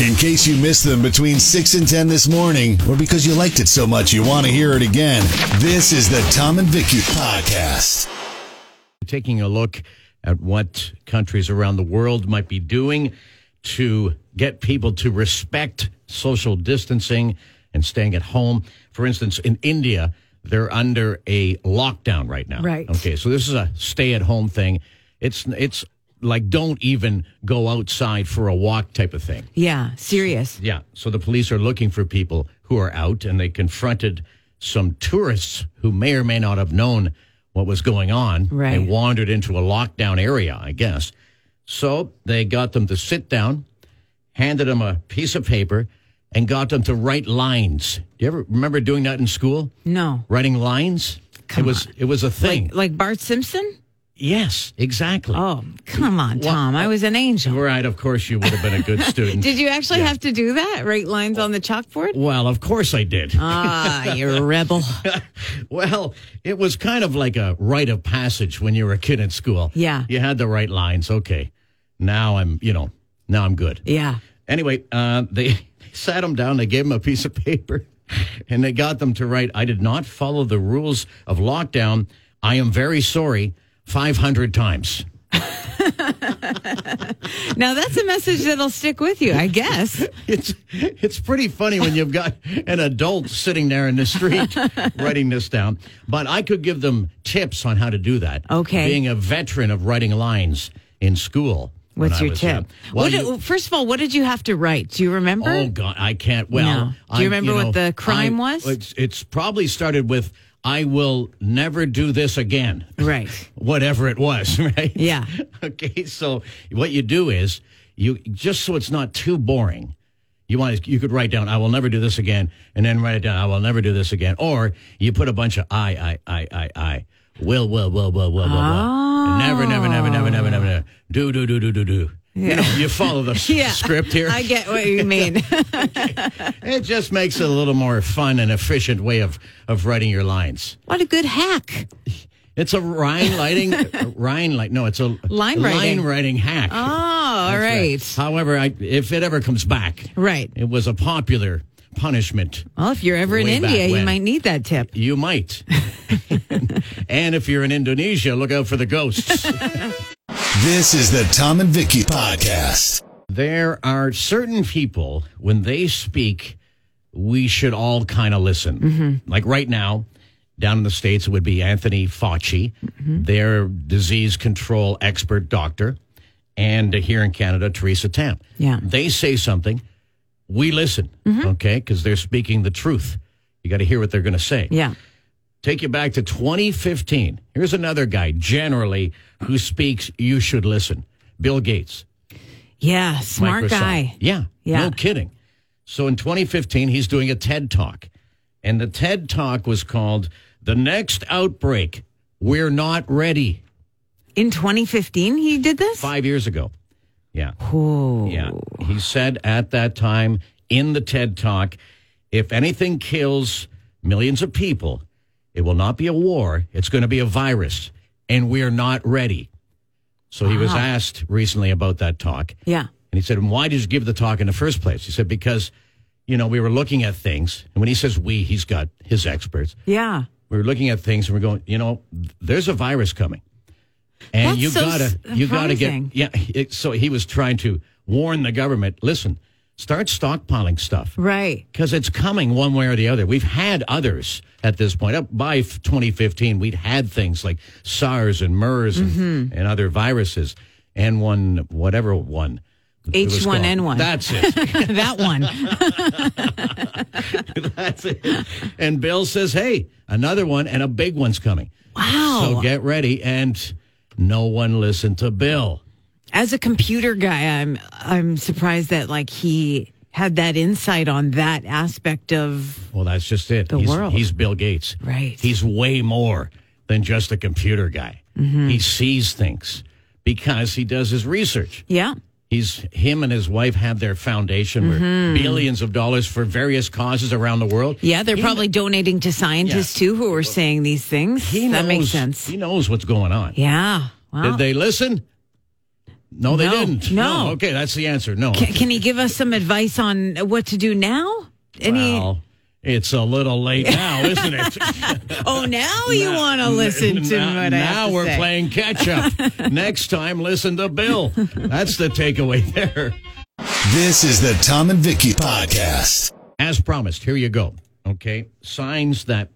In case you missed them between 6 and 10 this morning, or because you liked it so much you want to hear it again, this is the Tom and Vicky Podcast. taking a look at what countries around the world might be doing to get people to respect social distancing and staying at home. For instance, in India, they're under a lockdown right now. Right. Okay, so this is a stay at home thing. It's it's like don't even go outside for a walk type of thing. Yeah, serious. Yeah. So the police are looking for people who are out, and they confronted some tourists who may or may not have known what was going on. Right. They wandered into a lockdown area, I guess. So they got them to sit down, handed them a piece of paper, and got them to write lines. Do you ever remember doing that in school? No. Writing lines. Come it was it was a thing. Like Bart Simpson? yes, exactly. Oh, come on, Tom. I was an angel. Right, of course you would have been a good student. Did you actually have to do that? Write lines on the chalkboard? well, of course I did. Ah, you're a rebel. Well, it was kind of like a rite of passage when you were a kid in school. Yeah. You had the right lines. Okay. Now I'm, you know, now I'm good. Yeah. Anyway, uh, they sat him down. They gave him a piece of paper and they got them to write I did not follow the rules of lockdown. I am very sorry 500 times. Now that's a message that'll stick with you, I guess. It's it's pretty funny when you've got an adult sitting there in the street writing this down. But I could give them tips on how to do that. Okay. Being a veteran of writing lines in school. when What's I your was, uh, tip? well, what, you- did- first of all, what did you have to write? Do you remember? oh God, I can't. Well, No. Do I- you remember what know, the crime I- was? It's, it's probably started with "I will never do this again." Right. whatever it was, right? Yeah. okay, so what you do is you just so it's not too boring. You want to, you could write down I will never do this again, and then write it down I will never do this again, or you put a bunch of I I I I I will will will will will will will never never never never never never never do do do do do do. You know, you follow the s- Yeah. script here. I get what you mean. It just makes it a little more fun and efficient way of of writing your lines. what a good hack. It's a rhyme lighting, rhyme light. No, it's a Line writing. line writing hack. Oh, all right. However, I, if it ever comes back, Right. it was a popular punishment. Well, if you're ever in Way back India, you when. might need that tip. You might. and if you're in Indonesia, look out for the ghosts. This is the Tom and Vicky Podcast. there are certain people, when they speak, we should all kind of listen. Mm-hmm. Like right now, down in the States, it would be Anthony Fauci, Mm-hmm. their disease control expert doctor, and here in Canada, Teresa Tam. Yeah. Mm-hmm. They say something, we listen, okay? Because they're speaking the truth. You got to hear what they're going to say Yeah. take you back to 2015. Here's another guy generally who speaks you should listen. Bill Gates. Yeah. Smart Microsoft. guy. Yeah. Yeah. No kidding. So in 2015 he's doing a TED Talk. And the TED Talk was called The Next Outbreak. We're not ready. In 2015, he did this? 5 years ago. Yeah. Yeah. He said at that time in the TED Talk if anything kills millions of people, it will not be a war, it's going to be a virus, and we're not ready. So he was asked recently about that talk. Yeah. And he said, and why did you give the talk in the first place? He said, because, you know, we were looking at things. And when he says we, he's got his experts. Yeah. We were looking at things and we're going, you know, there's a virus coming. And That's you so gotta, you gotta surprising. get, yeah. It, so he was trying to warn the government. Listen, start stockpiling stuff Right. because it's coming one way or the other. We've had others at this point. Up by f- 2015, we'd had things like SARS and MERS and, and other viruses, and one whatever one. it was called. H1N1. That's it. that one. That's it. And Bill says, "Hey, another one, and a big one's coming." Wow. So get ready, and no one listened to Bill. As a computer guy, I'm I'm surprised that like he had that insight on that aspect of Well, that's just it. The he's, world. He's Bill Gates. Right. He's way more than just a computer guy. Mm-hmm. He sees things because he does his research. yeah. He's him and his wife have their foundation where Mm-hmm. billions of dollars for various causes around the world. Yeah, they're probably donating to scientists too who are saying these things. He that makes knows- sense. He knows what's going on. Yeah. Wow. Did they listen? No, they No, didn't. no. Okay, that's the answer. No. Can, can he give us some advice on what to do now? Any? Well, it's a little late now, isn't it? Oh, now you want to listen to now, what I have now to we're say. playing catch up. Next time, listen to Bill. That's the takeaway there. This is the Tom and Vicky Podcast. As promised, here you go. Okay. Signs that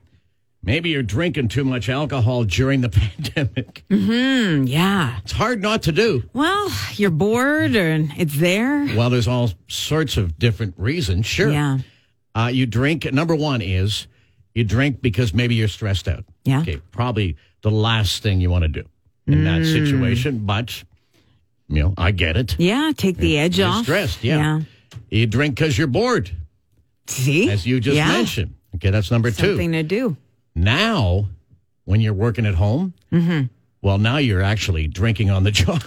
maybe you're drinking too much alcohol during the pandemic. Yeah. It's hard not to do. Well, you're bored, and it's there. Well, there's all sorts of different reasons. Sure. Yeah. Uh, you drink. Number one is you drink because maybe you're stressed out. Yeah. Okay. Probably the last thing you want to do in that Mm. situation. But, you know, I get it. Yeah, take the edge You're off. stressed. Yeah. You drink because you're bored, See, as you just Yeah. mentioned. Okay. That's number two. something to do. Now, when you're working at home, Mm-hmm. well, now you're actually drinking on the job.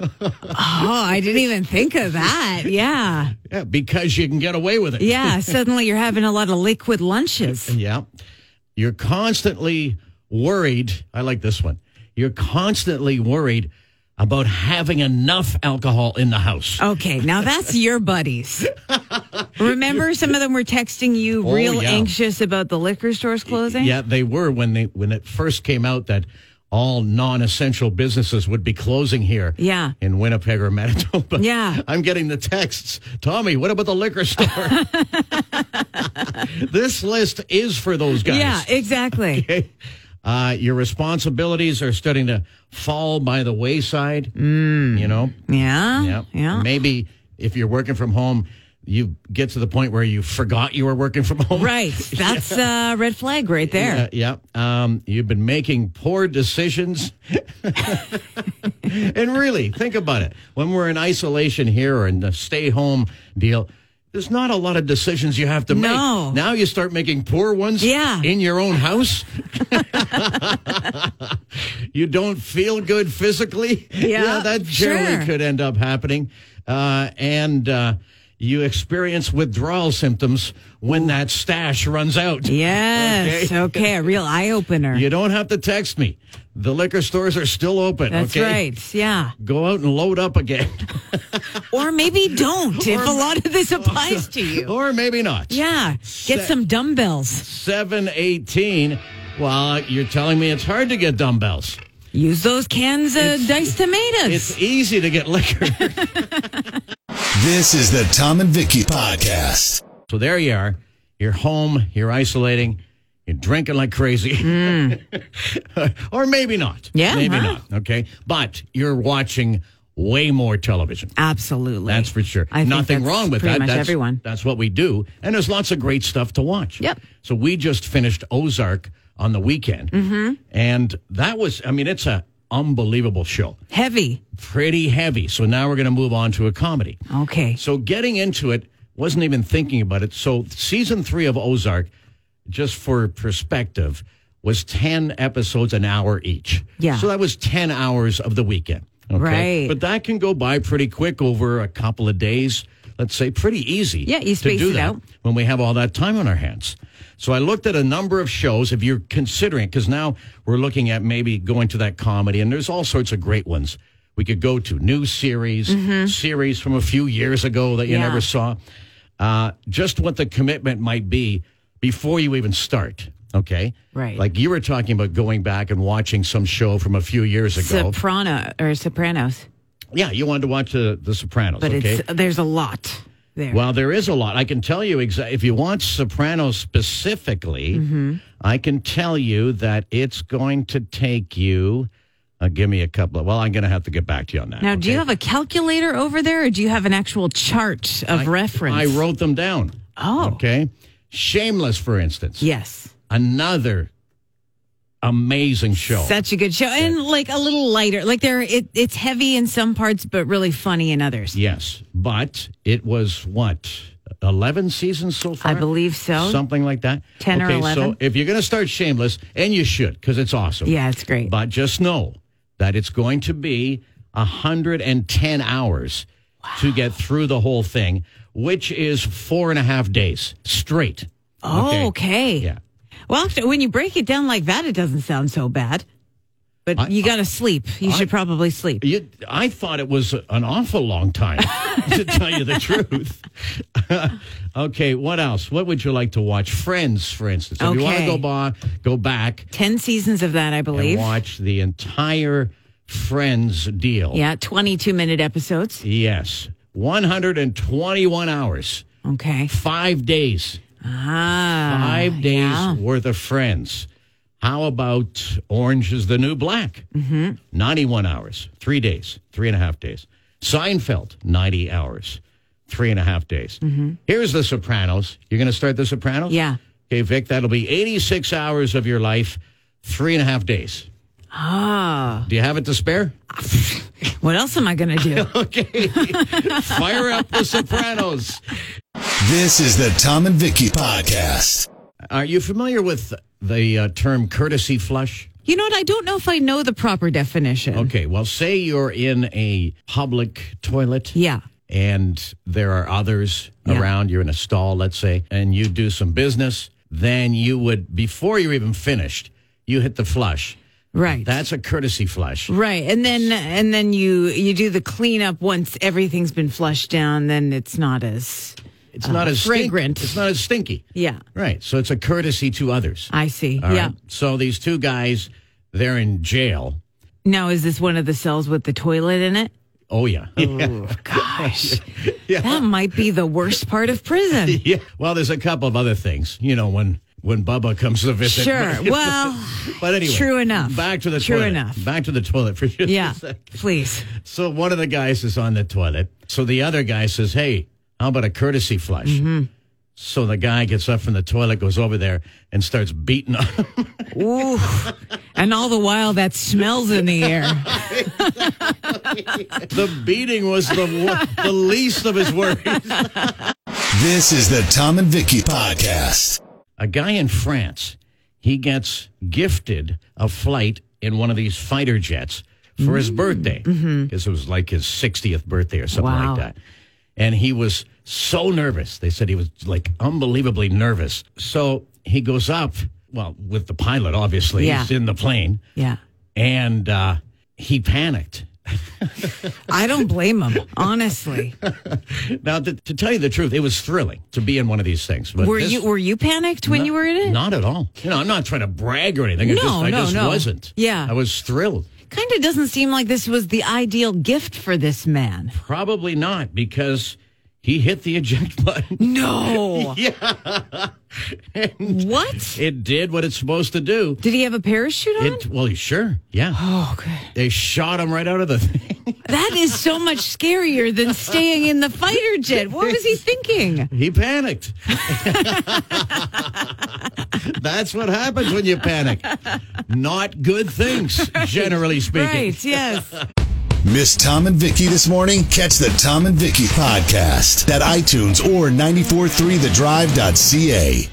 Oh, I didn't even think of that. Yeah, yeah. Because you can get away with it. yeah. Suddenly, you're having a lot of liquid lunches. Yeah. You're constantly worried. I like this one. You're constantly worried about having enough alcohol in the house. Okay, now that's your buddies. Remember, some of them were texting you Oh, real yeah. anxious about the liquor stores closing. Yeah, they were when they when it first came out that all non-essential businesses would be closing here. Yeah. In Winnipeg or Manitoba. Yeah. I'm getting the texts. Tommy, what about the liquor store? this list is for those guys. Yeah, exactly. Okay. Uh, your responsibilities are starting to fall by the wayside. You know? Yeah, Yeah. Mm. yeah. Maybe if you're working from home, you get to the point where you forgot you were working from home. Right. That's a red flag right there. Uh, yeah. Um, you've been making poor decisions. and really, think about it. When we're in isolation here or in the stay home deal, there's not a lot of decisions you have to No. make. Now you start making poor ones Yeah. in your own house. you don't feel good physically. Yeah, that generally sure. could end up happening. Uh, and uh, you experience withdrawal symptoms when that stash runs out. Yes. Okay. Okay. A real eye opener. You don't have to text me. The liquor stores are still open. That's okay? right. Yeah. Go out and load up again. Or maybe don't if a lot of this applies to you. or maybe not. Yeah. Get some dumbbells. 718. Well, you're telling me it's hard to get dumbbells. Use those cans of diced tomatoes. It's easy to get liquor. This is the Tom and Vicky Podcast. so there you are. You're home. You're isolating. You're drinking like crazy. or maybe not. Mm. Yeah, Maybe huh? not. Okay. But you're watching way more television. Absolutely. That's for sure. I think Nothing that's wrong with pretty that. much that's, everyone. That's what we do. And there's lots of great stuff to watch. Yep. So we just finished Ozark on the weekend. Mm-hmm. And that was, I mean, it's a unbelievable show. Heavy. Pretty heavy. So now we're going to move on to a comedy. Okay. So getting into it, wasn't even thinking about it. So season three of Ozark, just for perspective, was 10 episodes an hour each. Yeah. So that was 10 hours of the weekend. Okay? Right. But that can go by pretty quick over a couple of days. Let's say pretty easy. Yeah, you space to do it that out. when we have all that time on our hands. So I looked at a number of shows. If you're considering, because now we're looking at maybe going to that comedy, and there's all sorts of great ones we could go to. New series, series from a few years ago that you Mm-hmm. Yeah. never saw. Uh, just what the commitment might be before you even start. Okay, Right. Like you were talking about going back and watching some show from a few years ago. Soprano or Sopranos. yeah, you wanted to watch uh, The Sopranos, But okay? it's there's a lot there. Well, there is a lot. I can tell you exactly. If you want Sopranos specifically, Mm-hmm. I can tell you that it's going to take you. Uh, give me a couple of. Well, I'm going to have to get back to you on that. now, do you okay? have a calculator over there or do you have an actual chart of reference? I wrote them down. Oh. Okay. Shameless, for instance. Yes. Another amazing show. Such a good show. And like a little lighter. Like there it, it's heavy in some parts but really funny in others. yes. But it was what? 11 seasons so far? I believe so. Something like that. 10 or okay, So 11? if you're going to start Shameless, and you should, because it's awesome. yeah, it's great. But just know that it's going to be 110 hours to get through the whole thing, which is four and a half days straight. Oh, okay. Yeah. Well, actually, when you break it down like that, it doesn't sound so bad. But I- you got to sleep. You I- should probably sleep. You, I thought it was an awful long time, to tell you the truth. okay, what else? What would you like to watch? Friends, for instance. If you want to Okay. go, ba- go back 10 seasons of that, I believe. and watch the entire Friends deal. Yeah, 22 minute episodes. Yes. 121 hours, Okay. five days, Ah. five days yeah. worth of Friends. How about Orange is the New Black? Mm-hmm. 91 hours, three days, three and a half days. Seinfeld, 90 hours, three and a half days. Here's The Sopranos. You're going to start The Sopranos? Mm-hmm. Yeah. Okay, Vic, that'll be 86 hours of your life, three and a half days. Ah. Do you have it to spare? What else am I going to do? Okay. Fire up the Sopranos. This is the Tom and Vicky Podcast. Are you familiar with the uh, term courtesy flush? you know what? I don't know if I know the proper definition. Okay, well, say you're in a public toilet. Yeah. And there are others Yeah. around. You're in a stall, let's say, and you do some business. Then you would, before you're even finished, you hit the flush. Right. That's a courtesy flush. Right, and then and then you you do the cleanup once everything's been flushed down. Then it's not as It's not as stink- Uh, fragrant. It's not as stinky. yeah. Right. So it's a courtesy to others. I see. All right? Uh, yeah. So these two guys, they're in jail. Now is this one of the cells with the toilet in it? Oh yeah. Oh gosh, that might be the worst part of prison. Yeah. Well, there's a couple of other things. You know, when when Bubba comes to visit. Sure. Well, But anyway, True enough. Back to the True toilet. enough. Back to the toilet for just yeah. a sec. Please. So one of the guys is on the toilet. So the other guy says, "Hey, how about a courtesy flush?" Mm-hmm. So the guy gets up from the toilet, goes over there, and starts beating on him. Ooh. And all the while, that smells in the air. the beating was the wo- the least of his worries. This is the Tom and Vicky Podcast. A guy in France, he gets gifted a flight in one of these fighter jets for Mm. his birthday. Because it was like his 60th birthday or something Mm-hmm. Wow. like that. And he was so nervous. They said he was like unbelievably nervous. So he goes up, well, with the pilot, obviously. Yeah. He's in the plane. Yeah. And uh, he panicked. I don't blame him, honestly. Now, to, to tell you the truth, it was thrilling to be in one of these things. But Were this- you were you panicked when you were in it? Not at all. You know, I'm not trying to brag or anything. I Eh. No, just, I no, just no. wasn't. Yeah. I was thrilled. Kind of doesn't seem like this was the ideal gift for this man. Probably not because he hit the eject button. No. what? It did what it's supposed to do. Did he have a parachute on? It well, sure, yeah. oh, good. They shot him right out of the thing. That is so much scarier than staying in the fighter jet. What was he thinking? He panicked. That's what happens when you panic. Not good things, generally speaking. Right, yes. Miss Tom and Vicky this morning? Catch the Tom and Vicky Podcast at iTunes or 943thedrive.ca.